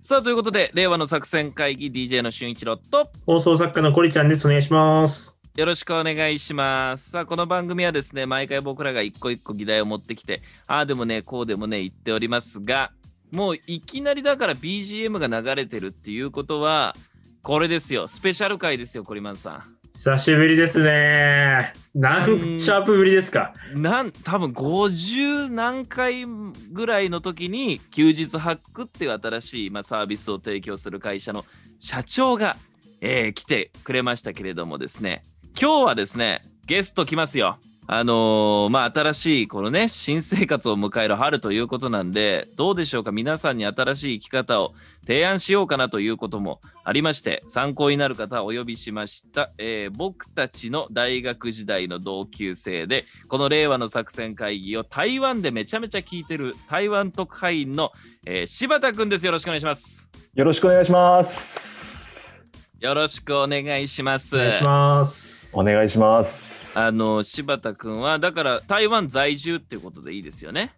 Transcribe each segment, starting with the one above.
さあ、ということで、令和の作戦会議 DJ の俊一郎と、放送作家のコリちゃんです。お願いします。よろしくお願いします。さあ、この番組はですね、毎回僕らが一個一個議題を持ってきて、ああでもね、こうでもね、言っておりますが、もういきなりだから BGM が流れてるっていうことは、これですよ、スペシャル回ですよ、コリマンさ久しぶりですね。うん何シャープぶりですかん。なん、多分50何回ぐらいの時に、休日ハックっていう新しい、まあ、サービスを提供する会社の社長が、えー来てくれましたけれどもですね、今日はですね、ゲスト来ますよ。あのーまあ、新しいこのね、新生活を迎える春ということなんで、どうでしょうか、皆さんに新しい生き方を提案しようかなということもありまして、参考になる方をお呼びしました、えー僕たちの大学時代の同級生で、この令和の作戦会議を台湾でめちゃめちゃ聞いてる台湾特派員の、えー柴田くんです。よろしくお願いします。よろしくお願いします。よろしくお願いします。お願いします。お願いします。あの柴田君はだから台湾在住っていうことでいいですよね。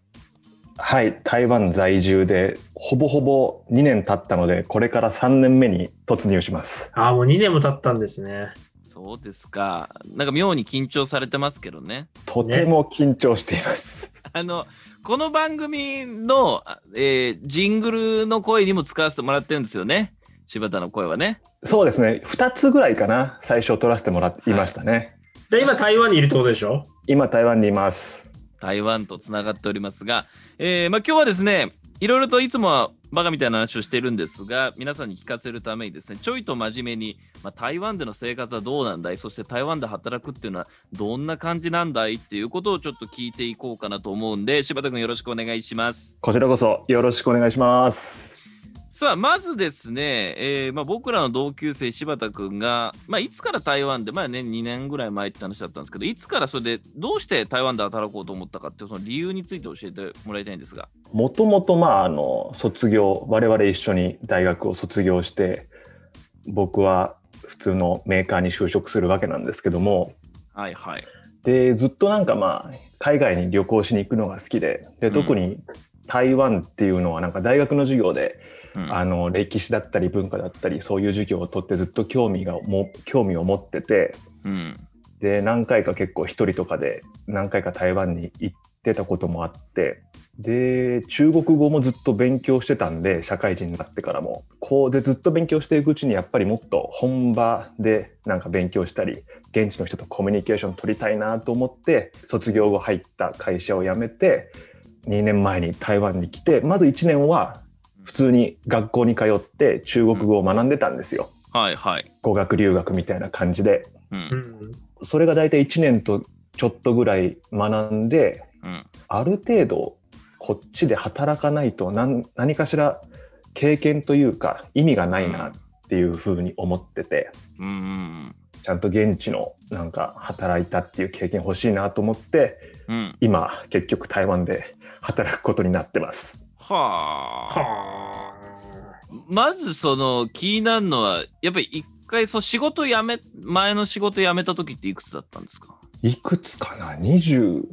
はい、台湾在住でほぼほぼ2年経ったので、これから3年目に突入します。ああ、もう2年も経ったんですね。そうですか。なんか妙に緊張されてますけどね。とても緊張しています。あのこの番組の、あえージングルの声にも使わせてもらってるんですよね。柴田の声はね。そうですね、2つぐらいかな、最初取らせてもらいましたね。で、今台湾にいるってことでしょ今台湾にいます。台湾とつながっておりますが、えーまあ、今日はですねいろいろといつもはバカみたいな話をしてるんですが皆さんに聞かせるためにですねちょいと真面目に、まあ、台湾での生活はどうなんだいそして台湾で働くっていうのはどんな感じなんだいっていうことをちょっと聞いていこうかなと思うんで柴田君よろしくお願いします。こちらこそよろしくお願いします。さあまずですね、えーまあ、僕らの同級生柴田君が、まあ、いつから台湾で、まあね、2年ぐらい前って話だったんですけどいつからそれでどうして台湾で働こうと思ったかっていうその理由について教えてもらいたいんですが。もともとまああの卒業我々一緒に大学を卒業して僕は普通のメーカーに就職するわけなんですけどもはいはい。でずっとなんかまあ海外に旅行しに行くのが好きででうん特に台湾っていうのはなんか大学の授業で、うんあの歴史だったり文化だったりそういう授業を取ってずっと興味がも興味を持っててうんで何回か結構一人とかで何回か台湾に行ってたこともあってで中国語もずっと勉強してたんで社会人になってからもこうでずっと勉強していくうちにやっぱりもっと本場でなんか勉強したり現地の人とコミュニケーション取りたいなと思って卒業後入った会社を辞めて2年前に台湾に来てまず1年は普通に学校に通って中国語を学んでたんですよはいはい。語学留学みたいな感じで。ううんん。それが大体1年とちょっとぐらい学んでうんある程度こっちで働かないと何何かしら経験というか意味がないなっていうふうに思っててうんうんちゃんと現地のなんか働いたっていう経験欲しいなと思ってうんうん。今結局台湾で働くことになってます。はあ。はあ。まずその気になるのはやっぱり一回そう仕事辞め前の仕事辞めた時っていくつだったんですかいくつかな29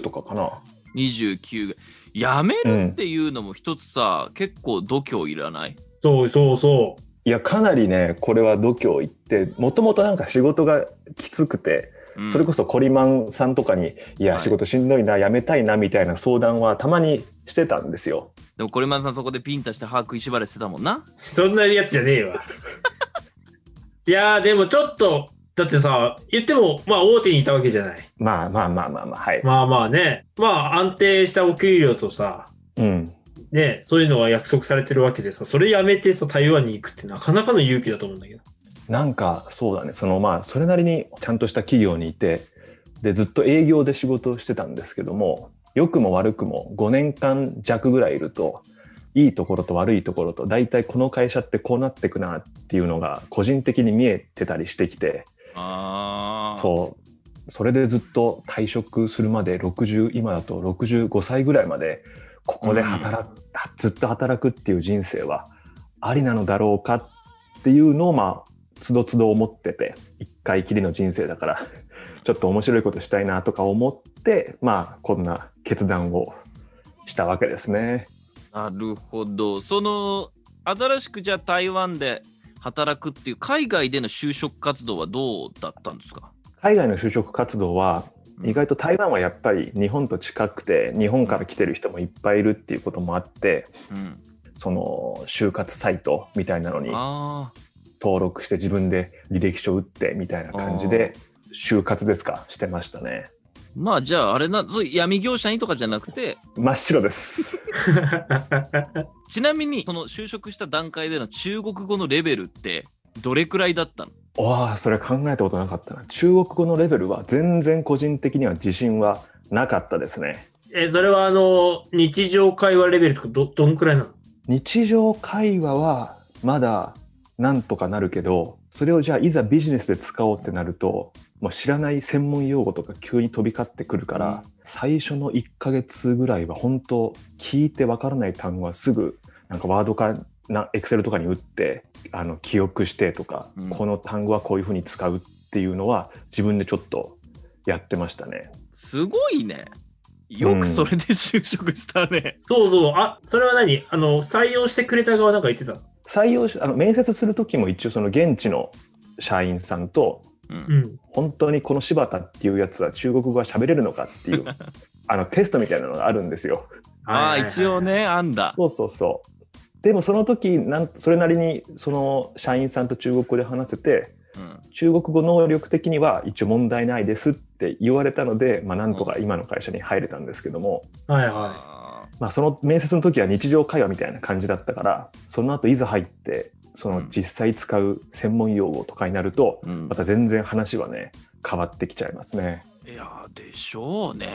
とかかな ?29 が。辞めるっていうのも一つさ、結構度胸いらない。そうそうそいやかなりねこれは度胸いってもともとなんか仕事がきつくてうんそれこそコリマンさんとかに、いはや、い仕事しんどいな、辞めたいなみたいな相談はたまにしてたんですよ。でもこれまさんそこでピンタして歯食いしばれしてたもんな。う。そんなやつじゃねえわ。 いやー、でもちょっと、だってさ、言っても、まあ大手にいたわけじゃない。まあまあまあまあまあ、はい。まあまあね。まあ安定したお給料とさ、うん。ね、そういうのが約束されてるわけでさ、それやめてさ、台湾に行くってなかなかの勇気だと思うんだけど。なんか、そうだね、そのまあ、それなりにちゃんとした企業にいて、で、ずっと営業で仕事をしてたんですけども、良くも悪くも5年間弱ぐらいいると、いいところと悪いところと、大体この会社ってこうなってくなっていうのが個人的に見えてたりしてきて、ああ。そう。それでずっと退職するまで60、今だと65歳ぐらいまで、ここで働く、ずっと働くっていう人生はありなのだろうかっていうのを、まあ、つどつど思ってて、一回きりの人生だから、 ちょっと面白いことしたいなとか思って、まあ、こんな決断をしたわけですね。なるほど。その新しくじゃあ台湾で働くっていう海外での就職活動はどうだったんですか海外の就職活動はうん意外と台湾はやっぱり日本と近くて日本から来てる人もいっぱいいるっていうこともあってうん。その就活サイトみたいなのにあ登録して自分で履歴書打ってみたいな感じで就活ですかしてましたねあ。まあじゃああれな、そういう闇業者にとかじゃなくて、真っ白です ちなみにその就職した段階での中国語のレベルってどれくらいだったのわあそれ考えたことなかったな中国語のレベルは全然個人的には自信はなかったですね え、それはあの、日常会話レベルとかど、どんくらいなの日常会話はまだなんとかなるけどそれをじゃあいざビジネスで使おうってなるともう知らない専門用語とか急に飛び交ってくるから、うん最初の1ヶ月ぐらいは本当聞いてわからない単語はすぐなんかワードかなエクセルとかに打ってあの記憶してとか、うんこの単語はこういうふうに使うっていうのは自分でちょっとやってましたね。すごいね。よくそれで就職したね。そうそう。あ、それは何あの、採用してくれた側なんか言ってたの採用しあの面接する時も一応その現地の社員さんとうん。うん。本当にこの柴田っていうやつは中国語が喋れるのかっていうあのテストみたいなのがあるんですよ。ああ、はいはいはい一応。ね、あんだ。そうそうそう。でもその時なんそれなりにその社員さんと中国語で話せてうん中国語能力的には一応問題ないですって言われたので、まあ、なんとか今の会社に入れたんですけども、はいはあまあ、その面接の時は日常会話みたいな感じだったからその後いざ入ってその実際使う専門用語とかになるとーうんまた全然話はね変わってきちゃいますね。いやーでしょうね。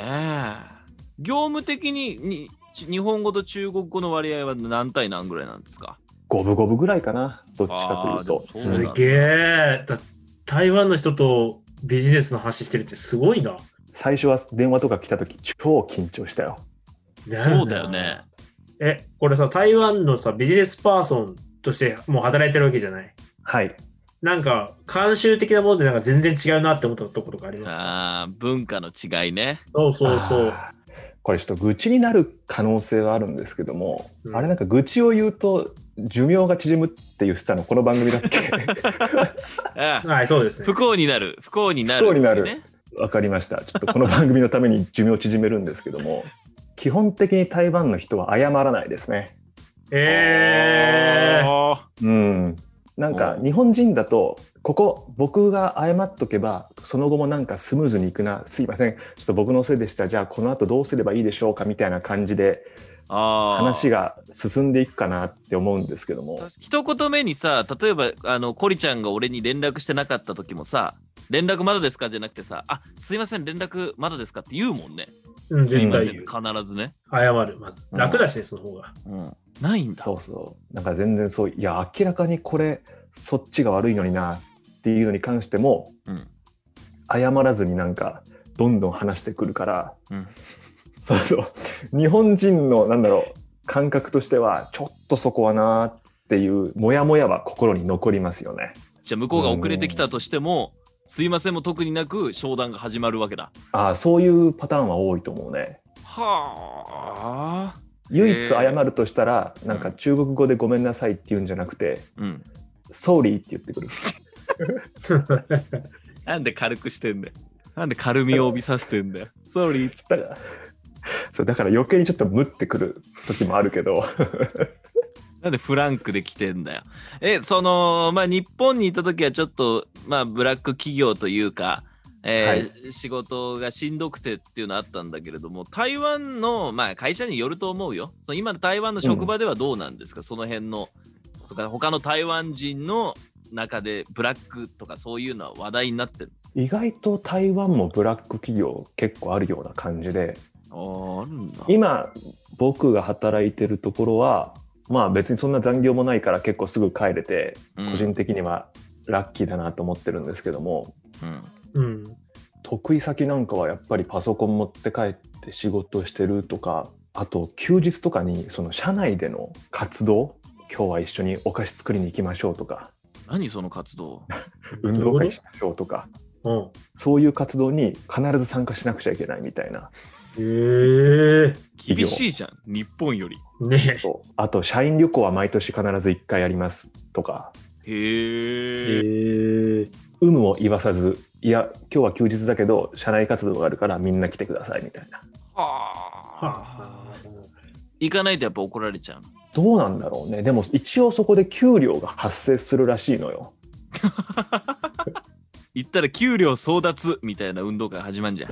業務的ににち日本語と中国語の割合は何対何ぐらいなんですか五分五分ぐらいかな、どっちかというとあー。でもい。そうなんすだげえ。だ台湾の人とビジネスの話してるってすごいな。最初は電話とか来た時超緊張したよ。そうだよ ね。。え、これさ、台湾のさ、ビジネスパーソンとしてもう働いてるわけじゃないはい。なんか、慣習的なものでなんか全然違うなって思ったところがありますかあー文化の違いね。そうそうそう。あー。これちょっと愚痴になる可能性はあるんですけども、うんあれなんか愚痴を言うと寿命が縮むって言ってたのこの番組だっけ あーはい、そうですね不。幸になる不幸になる、不幸になるねわかりましたちょっとこの番組のために寿命を縮めるんですけども基本的に台湾の人は謝らないですねえー。あうん、なんかうん日本人だとここ僕が謝っとけばその後もなんかスムーズにいくなすいませんちょっと僕のせいでしたじゃあこの後どうすればいいでしょうかみたいな感じでーあー話が進んでいくかなって思うんですけども一言目にさ例えばあのコリちゃんが俺に連絡してなかった時もさ連絡まだですかじゃなくてさあすいません連絡まだですかって言うもんねうん、すい絶ませ対ん言う必ずね、謝る、まず。うん楽だしね、その方が。 うん、ないんだそうそうなんか全然そういや明らかにこれそっちが悪いのになっていうのに関しても、うん謝らずになんかどんどん話してくるからうんそうそう。日本人の、なんだろう、感覚としては、ちょっとそこはなーっていう、もやもやは心に残りますよね。じゃあ向こうが遅れてきたとしても、すいませんも特になく商談が始まるわけだ。ああ、そういうパターンは多いと思うね。はあ。唯一謝へーるとしたら、なんか中国語でごめんなさいって言うんじゃなくて、うん。ソーリーって言ってくる。なんで軽くしてんだよ。なんで軽みを帯びさせて んだよ。ソーリー。だから、 そうだから余計にちょっとムってくる時もあるけど、なんでフランクで来てんだよ。え、その、まあ日本にいた時はちょっと、まあブラック企業というか、えー仕事がしんどくてっていうのあったんだけれども台湾の、まあ、会社によると思うよその今の台湾の職場ではどうなんですか、その辺のとか他の台湾人の中でブラックとかそういうのは話題になってる意外と台湾もブラック企業結構あるような感じで、あーあるんだ今僕が働いてるところはまあ別にそんな残業もないから結構すぐ帰れてうん個人的にはラッキーだなと思ってるんですけども、うんうん。得意先なんかはやっぱりパソコン持って帰って仕事してるとかあと休日とかにその社内での活動今日は一緒にお菓子作りに行きましょうとか何その活動運動会しましょうとかうん。そういう活動に必ず参加しなくちゃいけないみたいなへえ企厳業しいじゃん、日本より。ねそうあと社員旅行は毎年必ず1回ありますとかえへえ。へえ有無を言わさずいや今日は休日だけど社内活動があるからみんな来てくださいみたいなはあ。行かないとやっぱ怒られちゃうの。どうなんだろうねでも一応そこで給料が発生するらしいのよ行ったら給料争奪みたいな運動会始まんじゃん。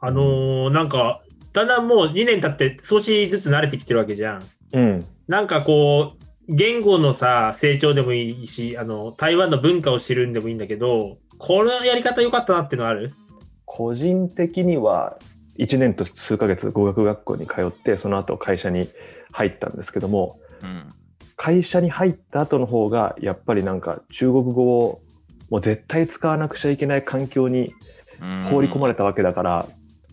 あのーなんかだんだんもう2年経って少しずつ慣れてきてるわけじゃんうんなんかこう言語のさ成長でもいいしあの台湾の文化を知るんでもいいんだけどこのやり方良かったなってのある個人的には1年と数ヶ月語学学校に通ってその後会社に入ったんですけどもうん。会社に入った後の方がやっぱりなんか中国語をもう絶対使わなくちゃいけない環境に放り込まれれたわけだから、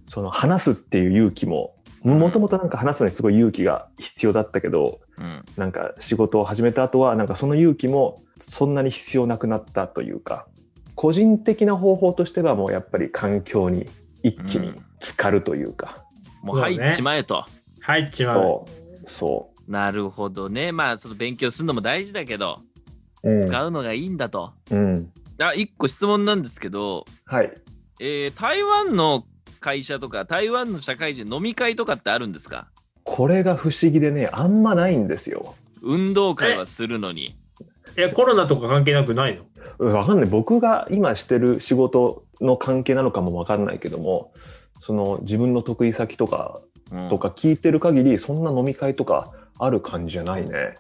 その話すっていう勇気ももともとなんか話すのにすごい勇気が必要だったけどうん。なんか仕事を始めた後はなんかその勇気もそんなに必要なくなったというか個人的な方法としてはもうやっぱり環境に一気に浸かるというか、もう入っちまえと。入っちまうそうそなるほどね。まあ、その勉強するのも大事だけど、う、うん、使うのがいいんだと。うんあ、一個質問なんですけど、はいえー台湾の会社とか、台湾の社会人飲み会とかってあるんですかこれが不思議でねあんまないんですよ運動会はするのに。えコロナとか関係なくないのうんわかんない僕が今してる仕事の関係なのかもわかんないけどもその自分の得意先とかうんとか聞いてる限りそんな飲み会とかある感じじゃないね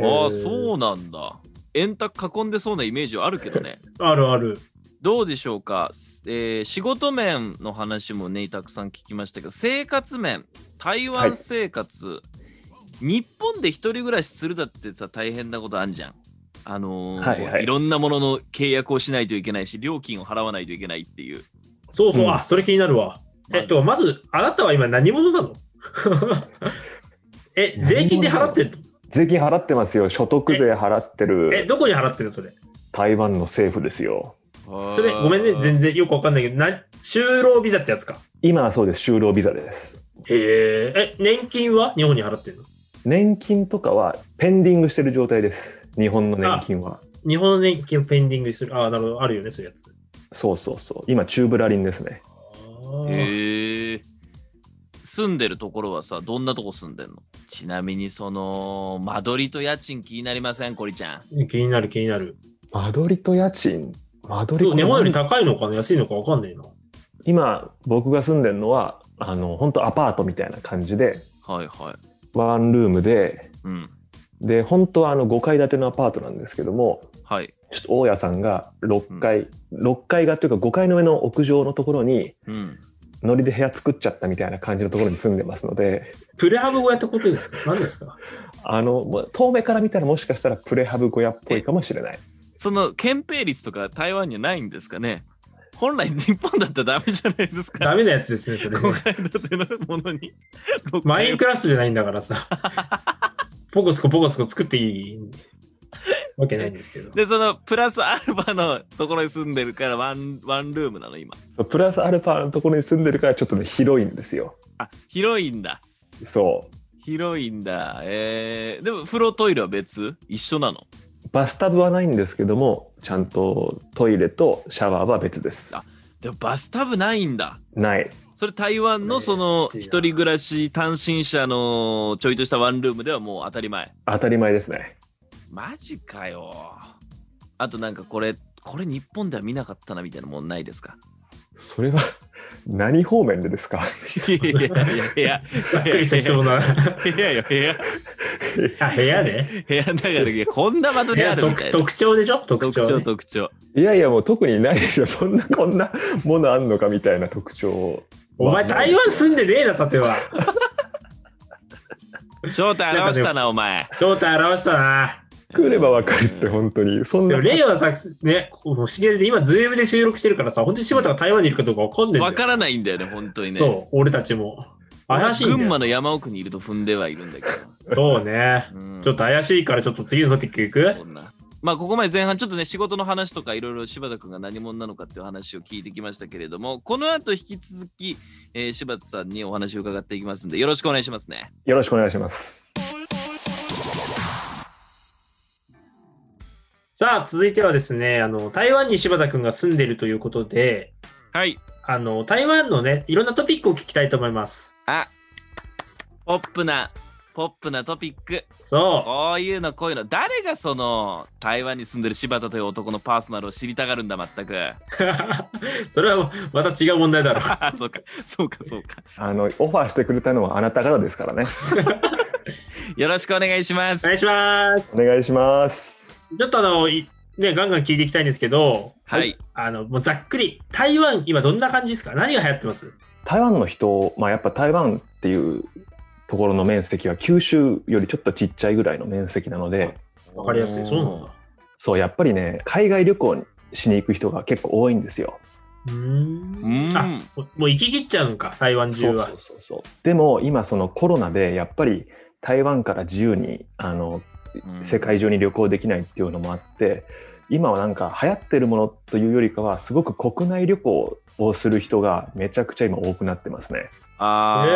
ああ、うそうなんだ。円卓囲んでそうなイメージはあるけどね。あるあるどうでしょうか、えー仕事面の話もね、たくさん聞きましたけど、生活面、台湾生活、日本で一人暮らしするだってさ、大変なことあんじゃん。あのーはいいはいろんなものの契約をしないといけないし、料金を払わないといけないっていう。そうそう、うんあそれ気になるわえっとまずあなたは今何者なの え税金で払ってんの税金払ってますよ所得税払ってえるどこに払ってるのそれ台湾の政府ですよそそれごめんね全然よくわかんないけどな就労ビザってやつか今はそうです就労ビザですへええ年金は日本に払ってるの年金とかはペンディングしてる状態です日本の年金は日本の年金をペンディングにするああなるほどあるよねそういうやつそうそうそう今チューブラリンですねえへえ住んでるところはさ、どんなとこ住んでんのちなみに、その、間取りと家賃気になりません、こりちゃん。気になる気になる間取りと家賃間取でりも日本より高いのかな安いのかわかんないな今僕が住んでるのはあの本当アパートみたいな感じではいはい。ワンルームでうん。で本当はあの5階建てのアパートなんですけどもはい。ちょっと大家さんが6階、6階がというか5階の上の屋上のところにうん。ノリで部屋作っちゃったみたいな感じのところに住んでますのでプレハブ小屋ってことですか何です かあのもう遠目から見たらもしかしたらプレハブ小屋っぽいかもしれないその憲兵率とか台湾にはないんですかね本来日本だったらダメじゃないですか。ダメなやつですねそれ5階建てのものに。マインクラフトじゃないんだか らさポコスコポコスコ作っていいわけないんですけどで、そのプラスアルファのところに住んでるからワンワンルームなの今。そうプラスアルファのところに住んでるからちょっとね広いんですよあ、広いんだ。そ広いんだ。えー、でも風呂トイレは別一緒なの。うバスタブはないんですけどもちゃんとトイレとシャワーは別ですあでもバスタブないんだ。ないそれ台湾のそのねえきついな一人暮らし単身者のちょいとしたワンルームではもう当たり前。当たり前ですねマジかよ。あとなんかこれ、これ日本では見なかったなみたいなもんないですかそれは何方面でですかいやい やいや、部屋、ざっくりした質問だな部屋よ、部屋、あ部屋ね部屋の中でいやこんな間い取りあやるみ特たいな。特徴でしょ特特徴徴、ね、特徴。いやいやもう特にないですよそんなこんなものあんのかみたいな特徴をお前台湾住んでねえなさては正体表したな、お前。胴体表したな来ればわかるって本当にそんでもなレイはさね不思議で今ズームで収録してるからさ本当に柴田が台湾にいるかどうかわかんないんだよわからないんだよね、本当にね。そう俺たちも怪しいんだよ群馬の山奥にいると踏んではいるんだけど。そうねうんちょっと怪しいからちょっと次のトピックいくこんなまあ、ここまで前半ちょっとね仕事の話とかいろいろ柴田君が何者なのかっていう話を聞いてきましたけれどもこの後引き続き、えー柴田さんにお話を伺っていきますんでよろしくお願いしますね。よろしくお願いします。さあ、続いてはですね、あの、台湾に柴田くんが住んでいるということで、はいあの、台湾のね、いろんなトピックを聞きたいと思います。あポップなポップなトピックそこういうのこういうの誰がその台湾に住んでる柴田という男のパーソナルを知りたがるんだ全く う。 それはまた違う問題だろう。あそうかそうかそうかあの、オファーしてくれたのはあなたからですからね。よろしくお願いしますお願いします。お願いします。ちょっとあの、いね、ガンガン聞いていきたいんですけど、はい。あの、もうざっくり、台湾、今どんな感じですか何が流行ってます台湾の人、まあやっぱ台湾っていうところの面積は九州よりちょっとちっちゃいぐらいの面積なので、わかりやすい。そうなんだ。そう、やっぱりね、海外旅行しに行く人が結構多いんですよ。うー。うんんあもうもう行き切っちゃうんか、台湾中そうはそう。そうそう。でも今そのコロナでやっぱり台湾から自由にあのうん世界中に旅行できないっていうのもあって、今はなんか流行ってるものというよりかはすごく国内旅行をする人がめちゃくちゃ今多くなってますね。あええ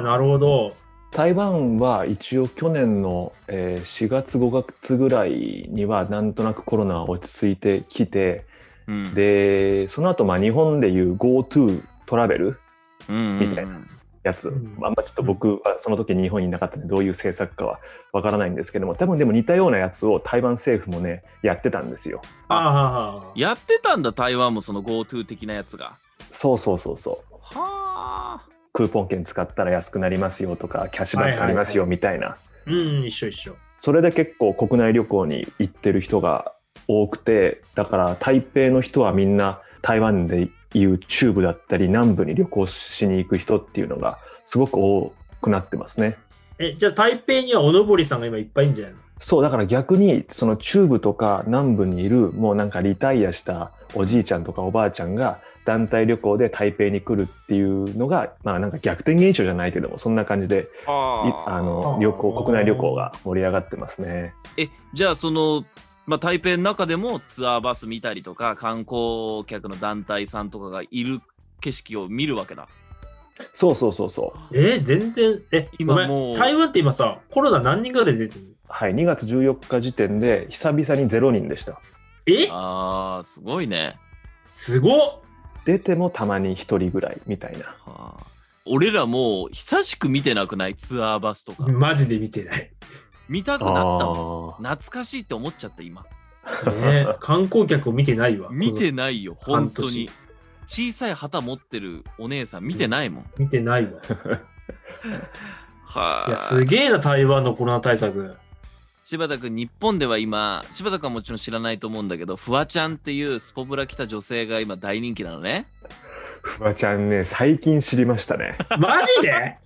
ーなるほど。台湾は一応去年のえー4月5月ぐらいにはなんとなくコロナは落ち着いてきてうんでその後まあ日本でいう GoTo トラベルうんみたいやつ、うんあんまちょっと僕はその時日本にいなかったんでどういう政策かはわからないんですけども多分でも似たようなやつを台湾政府もねやってたんですよああはあ、やってたんだ台湾もその GoTo 的なやつがそうそうそうそうはあクーポン券使ったら安くなりますよとかキャッシュバックありますよみたいな、うん、一緒一緒。それで結構国内旅行に行ってる人が多くてだから台北の人はみんな台湾でいう中部だったり南部に旅行しに行く人っていうのがすごく多くなってますねえ、じゃあ台北にはおのぼりさんが今いっぱいいんじゃないのそう、だから逆に、その中部とか南部にいる、もうなんかリタイアしたおじいちゃんとかおばあちゃんが、団体旅行で台北に来るっていうのが、まあなんか逆転現象じゃないけども、そんな感じで、いはああのー、旅行、国内旅行が盛り上がってますね。えじゃあその、まあ、台北の中でもツアーバス見たりとか観光客の団体さんとかがいる景色を見るわけだそうそうそうそう。え、全然、え、今ごめんもう台湾って今さ、コロナ何人ぐらい出てるはい、2月14日時点で、久々に0人でした。えあーすごいね、すごっ出てもたまに1人ぐらいみたいな。はあ、俺らもう久しく見てなくないツアーバスとかマジで見てない。見たくなったもんあ懐かしいって思っちゃった今ね、 観光客を見てないわ。見てこないよこの本当に小さい旗持ってるお姉さん見てないもん、の見 てないわ。いや、はあすげえな、台湾のコロナ対策。柴田君日本では今柴田君はもちろん知らないと思うんだけどフワちゃんっていうスポブラ来た女性が今大人気なのねーフワちゃんね、最近知りましたね。マ ジで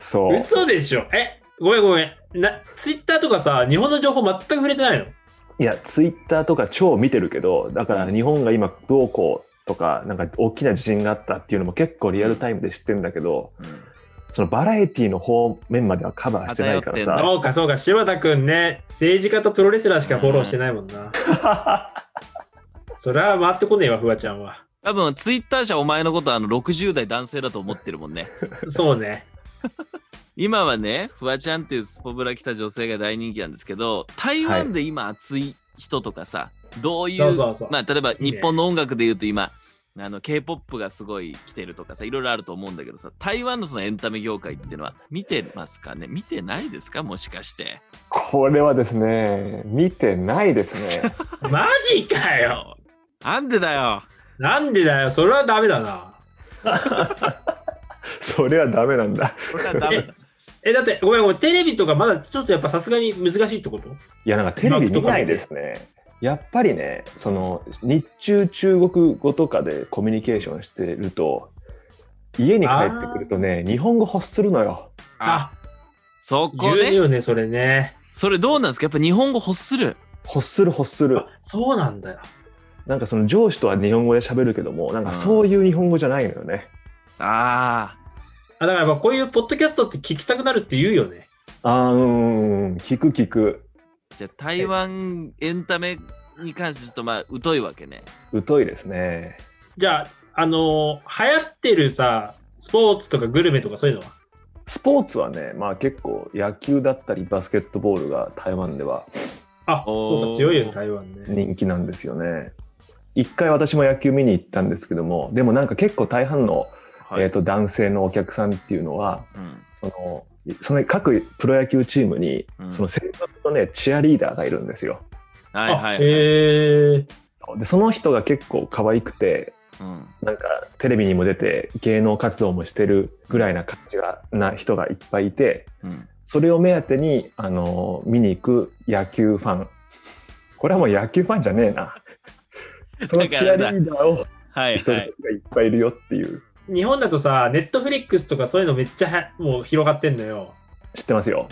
そう。嘘でしょ。え、ごめんごめん。な、ツイッターとかさ、日本の情報全く触れてないのいや、ツイッターとか超見てるけど、だから日本が今どうこうとか、なんか大きな地震があったっていうのも結構リアルタイムで知ってるんだけど、そのバラエティの方面まではカバーしてないから偏さ、そうかそうか、柴田くんね、政治家とプロレスラーしかフォローしてないも んな。それは回ってこねえわ、フワちゃんは。多分ツイッター社お前のことはあの60代男性だと思ってるもんねそうね。今はねフワちゃんっていうスポブラ来た女性が大人気なんですけど台湾で今熱い人とかさ、どういそううそうそう。まあ例えばいね日本の音楽で言うと今あの K-POP がすごい来てるとかさいろいろあると思うんだけどさ台湾のそのエンタメ業界っていうのは見てますかね見てないですかもしかしてこれはですね、見てないですね。マジかよ。なんでだよなんでだよ、それはダメだな。それはダメなんだ。これはダメだえ、だって、ごめん、ごめんテレビとかまだちょっとやっぱさすがに難しいってこといや、なんかテレビ見ないですね。やっぱりね、その日中中国語とかでコミュニケーションしてると、家に帰ってくるとね、日本語欲するのよ。ああ、そこ言うねよね、それね。それどうなんですかやっぱ日本語欲する欲する欲する。そうなんだよ。なんかその上司とは日本語で喋るけども、なんかそういう日本語じゃないのよね。あああだからやっぱこういうポッドキャストって聞きたくなるって言うよね。あーうん、聞く聞く。じゃあ台湾エンタメに関してちょっとまあ疎いわけね。疎いですね。じゃあ、あのー流行ってるさ、スポーツとかグルメとかそういうのはスポーツはね、まあ結構野球だったりバスケットボールが台湾ではあ、おーそうか、強いよね、台湾ね。人気なんですよね。一回私も野球見に行ったんですけども、でもなんか結構大半の、はい。えー、と男性のお客さんっていうのは、うんそのその各プロ野球チームに、うんその先発のね、チアリーダーがいるんですよ。はいはいはいあへえで、その人が結構可愛くて、うんなんかテレビにも出て芸能活動もしてるぐらいな感じがな人がいっぱいいて、うんそれを目当てに、あの見に行く野球ファン。これはもう野球ファンじゃねえな。そのチアリーダーをはい一人はがいい。っぱいいるよっていう、日本だとさ、ネットフリックスとかそういうのめっちゃはもう広がってんのよ。知ってますよ。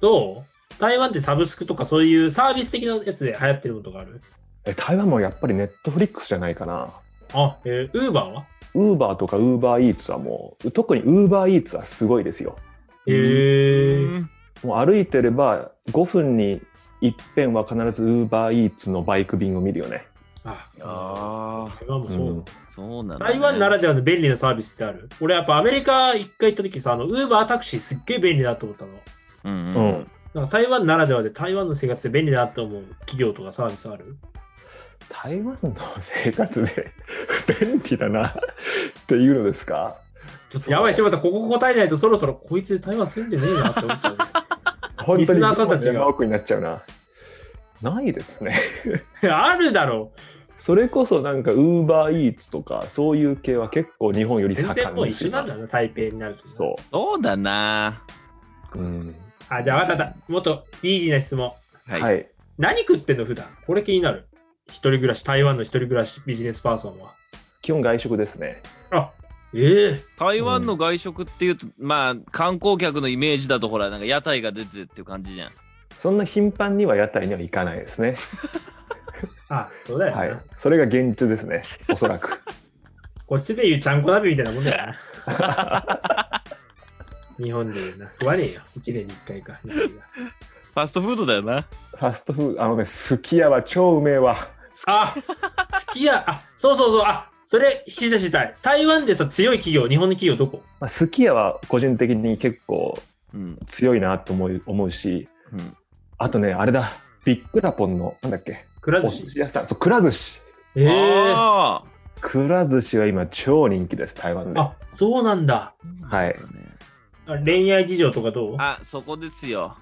どう台湾ってサブスクとかそういうサービス的なやつで流行ってるものとかあるえ台湾もやっぱりネットフリックスじゃないかな。あ、えー、ウーバーはウーバーとかウーバーイーツはもう、特にウーバーイーツはすごいですよ。へうえんもう歩いてれば5分に一遍は必ずウーバーイーツのバイク便を見るよね。あ、あ台湾もそううだ、んあ、そうなんだ、ね。台湾ならではの便利なサービスってある俺やっぱアメリカ一回行った時さ、あの、ウーバータクシーすっげえ便利だと思ったの。うんううんんなんか台湾ならではで台湾の生活で便利だなと思う企業とかサービスある台湾の生活で便利だなっていうのですかちょっとやばい、柴田、ここ答えないとそろそろこいつ台湾住んでねえなって思ったよね。本リ当スにナーさんたちが山奥になっちゃうな。ないですね。あるだろそれこそなんかウーバーイーツとかそういう系は結構日本ようり全盛ん然もうで一緒すよなんだな、台北になると。そそうだな。う。うん。あ、じゃあ分かった。もっとイージーな質問。はい。はい。何食ってんの、普段これ気になる。一人暮らし、台湾の一人暮らしビジネスパーソンは。基本外食ですね。あ、ええ台湾の外食っていうと、まあ観光客のイメージだとほらなんか屋台が出てっていう感じじゃん。そんな頻繁には屋台には行かないですね。あ、そうだよ、ねはい。それが現実ですね。おそ らく。こっちで言うちゃんこ鍋みたいなもんだよな。 日本で言うな。食わねえよ。一年に一回か。ファストフードだよな。ファストフード、あのね、すき家は超うめえわ。 あ、好きや。あ、そうそうそう。あ、それ、知りたい知りたい。台湾でさ、強い企業、日本の企業どこまあ、すき家は個人的に結構うん。強いなと思う思うし、うん、あとね、あれだ、ビッグラポンの、なんだっけ、くらお寿寿司。司屋さん、そう、くら寿司。ええあくら寿司は今、超人気です、台湾で。あ、そうなんだ。ーはいあ恋愛事情とかどうあそこですよ。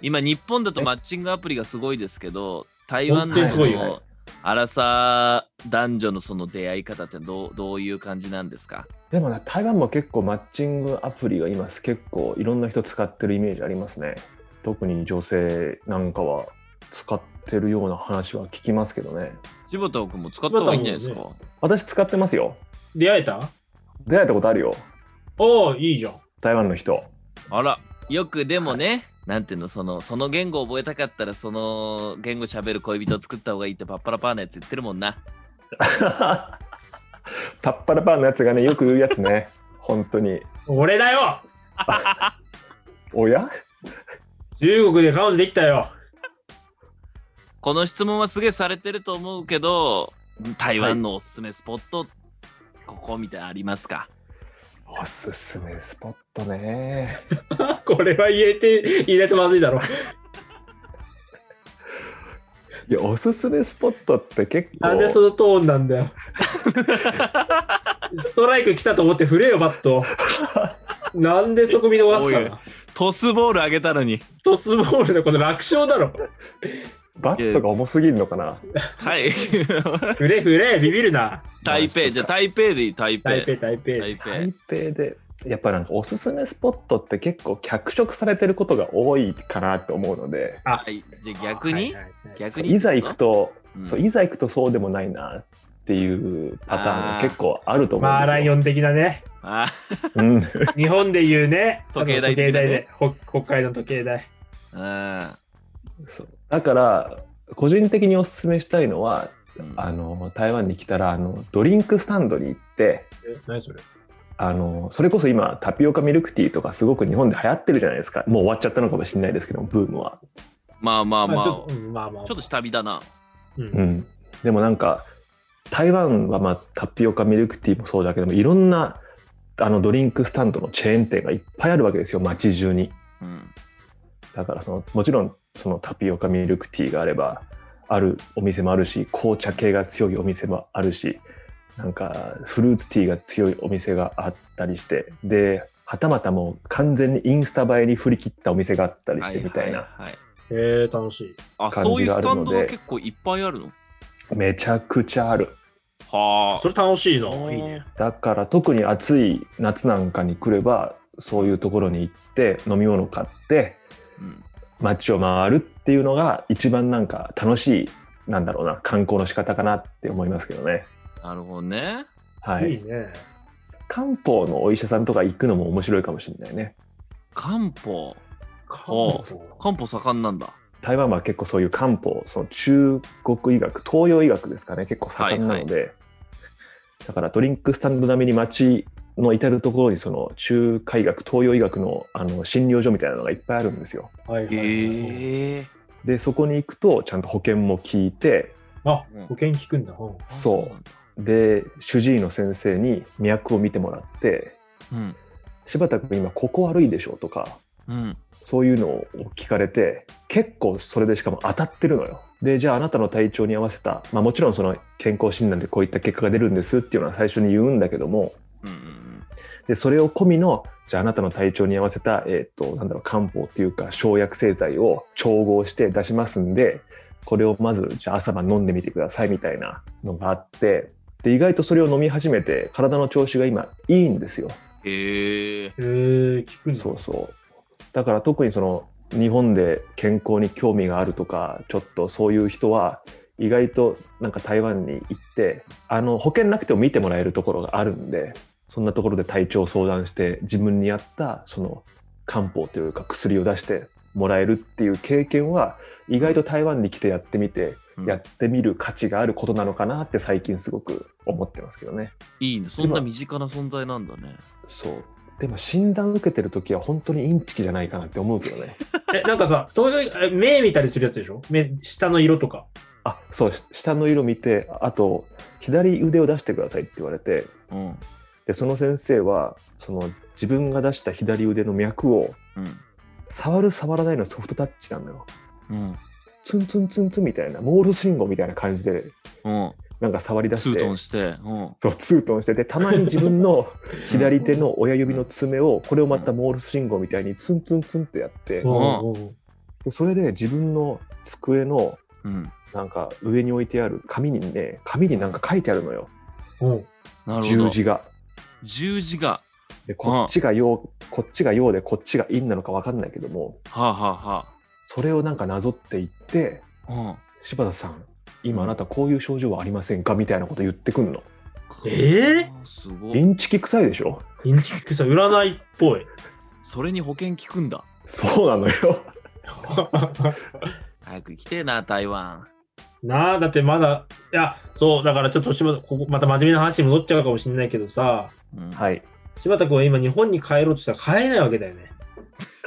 今日本だとマッチングアプリがすごいですけど台本湾当でにのすそごいよねの荒さ男女のその出会い方ってどうどういう感じなんですかでもね、台湾も結構マッチングアプリが今、結構いろんな人使ってるイメージありますね。特に女性なんかは使ってるような話は聞きますけどね。柴田君も使った方がいいんじゃないですか、柴私使ってますよ。出会えた出会えたことあるよ。おお、いいじゃん。台湾 の人。あらよくでもね、なんていうのそのその言語を覚えたかったらその言語喋る恋人を作った方がいいってパッパラパーなやつ言ってるもんなパッパラパーのやつがねよく言うやつね本当に俺だよおや中国で彼女できたよ。この質問はすげえされてると思うけど台湾のおすすめスポット、ここみたいなのありますかおすすめスポットねこれは言えて、言えないとまずいだろ。いやおすすめスポットって結なんでそ構のトーンなん だよ。ストライク来たと思って振れよ、バット。なんでそこ見逃すかおいな。トスボールあげたのにトスボールのこの楽勝だろ。バットが重すぎるのかなはい 振れ振れ、ビビるな。台北じゃあ台北でいい台北台北、台北。台北台北でやっぱなんかおすすめスポットって結構脚色されてることが多いかなと思うのではいじゃあ逆に、はいはいはい逆にいざ行くと、うんそういざ行くとそうでもないなっていうパターンが結構あると思うんまあ、ですライよオ。ン的なね。あうん日本で言うね。 時計台時計的な台ねで。ほ北海道の時計台。あそうだから個人的におすすめしたいのはうんあの台湾に来たらあのドリンクスタンドに行ってえ、何それあのそれこそ今タピオカミルクティーとかすごく日本で流行ってるじゃないですかもう終わっちゃったのかもしれないですけどブームはまあまあまあ、ちちょょっとうんまあまあっと下火だな。ううんん、でもなんか台湾はまあタピオカミルクティーもそうだけどもいろんなあのドリンクスタンドのチェーン店がいっぱいあるわけですよ街中にうん。だからそのもちろんそのタピオカミルクティーがあればあるお店もあるし紅茶系が強いお店もあるしなんかフルーツティーが強いお店があったりしてではたまたもう完全にインスタ映えに振り切ったお店があったりしてみたいな、ははいはいえー、楽しい。あ、感そういじうがあスるタのでンドが結構いっぱいあるのめちゃくちゃあるはそれ楽しいな。あ。いいね。だから特に暑い夏なんかに来ればそういうところに行って飲み物買ってうん街を回るっていうのが一番なんか楽しいなんだろうな観光の仕方かなって思いますけどね。なるほどね。はい、いいね。漢方のお医者さんとか行くのも面白いかもしれないね。漢方。ほ漢方盛んなんだ。台湾は結構そういう漢方その中国医学東洋医学ですかね結構盛んなので、だからドリンクスタンド並みに街の至る所にその中華医学東洋医学のあの診療所みたいなのがいっぱいあるんですよ。う。はいはいはい。へえ。でそこに行くとちゃんと保険も聞いてあうん、保険聞くんだ。うんそうなんだ。で主治医の先生に脈を見てもらってうん。 「柴田君今ここ悪いでしょ」とかうん。そういうのを聞かれて結構それでしかも当たってるのよ。でじゃああなたの体調に合わせた、まあ、もちろんその健康診断でこういった結果が出るんですっていうのは最初に言うんだけどもうんうんでそれを込みのじゃああなたの体調に合わせた、えー、となんだろう漢方っていうか生薬製剤を調合して出しますんでこれをまずじゃあ朝晩飲んでみてくださいみたいなのがあってで意外とそれを飲み始めて体の調子が今いいんですよ。うん。へえ。えー、聞くんだ。そうそうだから特にその日本で健康に興味があるとかちょっとそういう人は意外となんか台湾に行ってあの保険なくても見てもらえるところがあるんでそんなところで体調を相談して自分に合ったその漢方というか薬を出してもらえるっていう経験は意外と台湾に来てやってみてうんやってみる価値があることなのかなって最近すごく思ってますけどね。いいね。そんな身近な存在なんだね。そうでも診断受けてる時は本当にインチキじゃないかなって思うけどね。え、なんかさ、東洋え目見たりするやつでしょ目、下の色とか。あそうし下の色見てあと左腕を出してくださいって言われてうん。でその先生はその自分が出した左腕の脈をうん。触る触らないのソフトタッチなのようん。ツンツンツンツンみたいなモールス信号みたいな感じでうん。なんか触り出ツしーてトンして。うん。そうツートンしててたまに自分の 左手の親指の爪をこれをまたモールス信号みたいにツンツンツンってやってんうんうんでそれで自分の机のうん。なんか上に置いてある紙にね紙になんか書いてあるのようん。なるほど。十字が。十字が。でこっちが陽、こっちが陽でこっちが陰なのか分かんないけどもはあ、はそれをなんかなぞっていってあはあ、 「柴田さん今あなたこういう症状はありませんか?」みたいなこと言ってくんのうん。えー、すごイい。ンチキ臭いでしょインチキくさ、占いっぽい。それに保険効くんだ。そうなのよ 早く来てえな、台湾。なあ、だってまだ、いや、そう、だからちょっと柴田、ここまた真面目な話に戻っちゃうかもしれないけどさ、うん、はい柴田君は今日本に帰ろうとしたら帰れないわけだよね。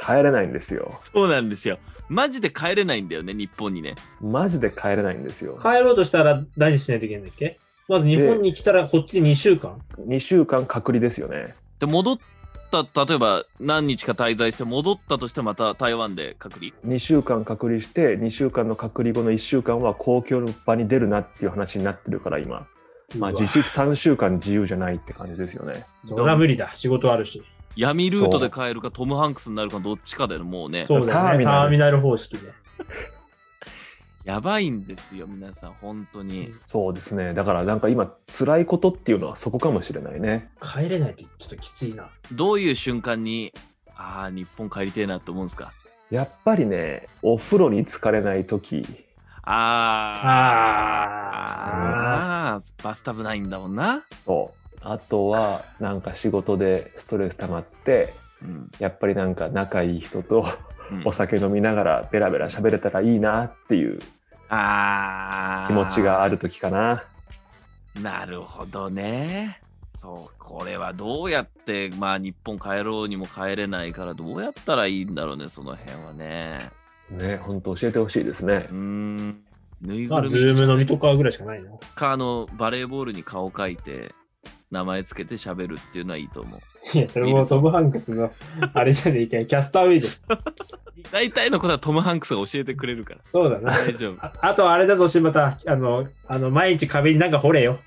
帰れないんですよそうなんですよ。マジで帰れないんだよね、日本にね。マジで帰れないんですよ帰ろうとしたら何しないといけないんだっけまず日本に来たらこっち2週間。 2週間隔離ですよねで、戻った、例えば何日か滞在して戻ったとしてまた台湾で隔離。 2週間隔離して2週間の隔離後の1週間は公共の場に出るなっていう話になってるから今まあうわ実質3週間自由じゃないって感じですよねそれは無理だ。仕事あるし。闇ルートで帰るかトム・ハンクスになるかどっちかだよね、もうね。そうだよね。タターーミミナル方式で。やばいんですよ、皆さん、本当に。そうですね。だからなんか今辛いことっていうのはそこかもしれないね。帰れないってちょっときついな。どういう瞬間に、ああ、日本帰りてえなって思うんですかやっぱりね、お風呂に浸かれない時、ああ、ああ。ああ、バスタブないんだもんな。とあとはなんか仕事でストレス溜まって、うん。やっぱりなんか仲いい人とうんお酒飲みながらベラベラ喋れたらいいなっていうああ。気持ちがある時かな。なるほどね。そう、これはどうやって、まあ日本帰ろうにも帰れないから、どうやったらいいんだろうね、その辺はね。ね、本当教えてほしいですねう。ーん。ぬいぐまあ、るズみーム飲みとかぐらいしかないな。かあのバレーボールに顔描いて名前つけて喋るっていうのはいいと思う。いや、それもトム・ハンクスの、あれじゃねえかよキャスターウェイ で。大体のことはトム・ハンクスが教えてくれるからそうだな。大丈夫。ああと、あれだぞ、柴田。あの、あの毎日壁になんか掘れよ。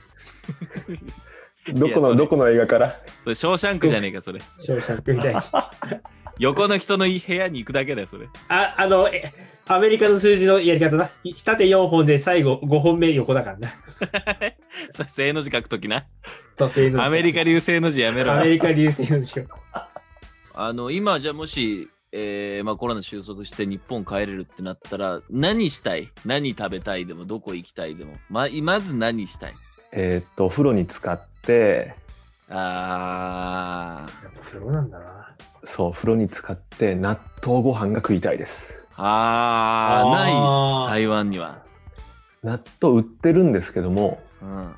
どこいやそのれどこの映画からそれショーシャンクじゃねえかそれ。翔さんみたいに。 横の人の部屋に行くだけだよそれ。あ、あの、えアメリカの数字のやり方な。い縦4本で最後5本目横だからな。それ正の字書くときな。そう、正のアメリカ流正の字やめろアよメ。リカ流星の字を。あの今じゃあもし、えーまあ、コロナ収束して日本帰れるってなったら何したい何食べたいでもどこ行きたいでもままず何したいえーっと、お風呂に使って、あーやっぱプロなんだな。そう、風呂に使って納豆ご飯が食いたいです。あーないい。台湾には、納豆売ってるんですけども、うん、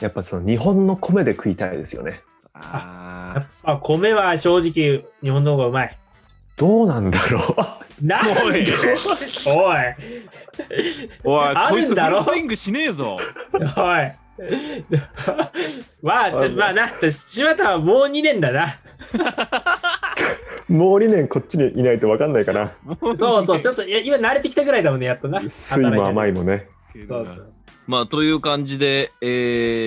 やっぱその日本の米で食いたいですよね。やっあぱ米は正直日本の方がうまい。どうなんだろう。なおいおいーおいあこいるつんだフろルスイングしねえぞおいまあ、ちょまあな、柴田はもう2年だな。もう2年こっ ちにいないと分かんないかな。そう そう、ちょっといや今慣れてきたぐらいだもんね、やっとな。酸いも甘い。いもね。そうそうまあという感じで、え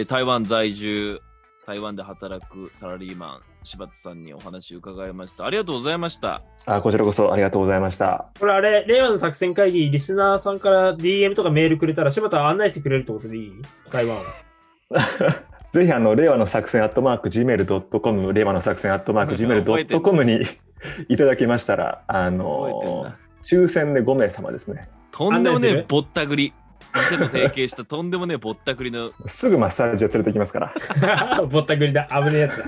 ー台湾在住台湾で働くサラリーマン柴田さんにお話伺いましたありがとうございましたあ、こちらこそありがとうございました。これあれ、令和の作戦会議、リスナーさんから DM とかメールくれたら、柴田は案内してくれるってことでいい台湾は。ぜひあの令和の作戦アットマーク gmail.com 令和の作戦アットマーク gmail.com にいただきましたらあ覚えてんのだ抽選で5名様ですねとんでもね案え内するぼったくり店と提携した とんでもねえぼったくりの すぐマッサージを連れてきますからぼったくりだ、危ねえやつだ。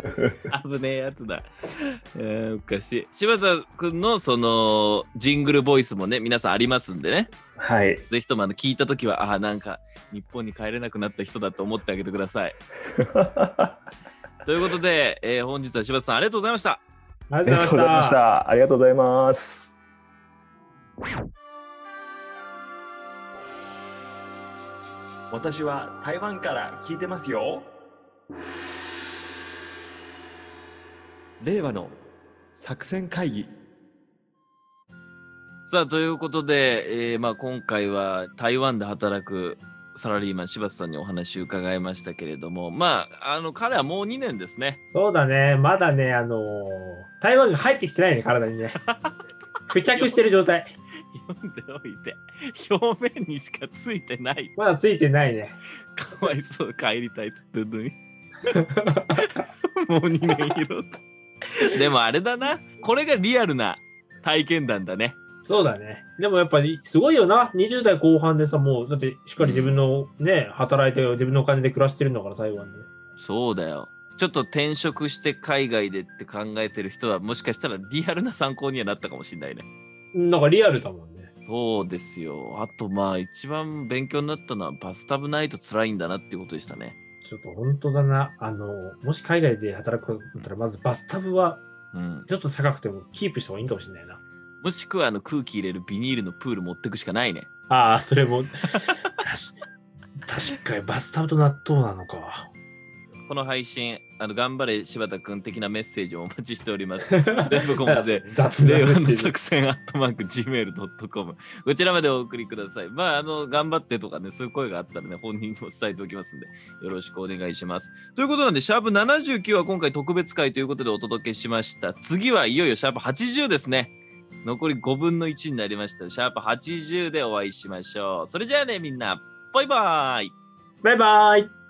危ねえやつだ、えー、おかしい柴田君のそのジングルボイスもね皆さんありますんでねはいぜひともあの聞いた時はああなんか日本に帰れなくなった人だと思ってあげてくださ いということで、えー本日は柴田さんありがとうございましたあありりががととううごございまざいましした。たありがとうございます私は台湾から聞いてますよ令和の作戦会議さあということで、えーまあ、今回は台湾で働くサラリーマン柴田さんにお話伺いましたけれどもまああの彼はもう2年ですねそうだね、まだね、あのー台湾が入ってきてないね、体にね。付着してる状態。読んでおいて表面にしかついてないまだついてないね。かわいそう帰りたいっつってんのにもう2年いろとでもあれだなこれがリアルな体験談だねそうだね。でもやっぱりすごいよな。20代後半でさ、もう、だってしっかり自分のね、働いて自分のお金で暮らしてるんだから、台湾で。そうだよちょっと転職して海外でって考えてる人はもしかしたらリアルな参考にはなったかもしれないねなんかリアルだもんね。そうですよあとまあ一番勉強になったのはバスタブないと辛いんだなっていうことでしたねちょっと本当だな。あの、もし海外で働くんだったら、まずバスタブはうん、ちょっと高くてもキープした方がいいかもしれないな。もしくはあの空気入れるビニールのプール持ってくしかないねああ、それ も。確確かにバスタブと納豆な のか。この配信、あの頑張れ柴田君的なメッセージをお待ちしております。 全部小文字で雑な令和メッのセージ作戦アットマーク Gmail.com こちらまでお送りください。まあ、あの、頑張ってとかね、そういう声があったらね、本人にも伝えておきますんで、よろしくお願いします。ということなんで、シャープ79は今回特別回ということでお届けしました。次はいよいよシャープ80ですね。残り5分の1になりました。シャープ80でお会いしましょう。それじゃあね、みんな、バイバイバイバイ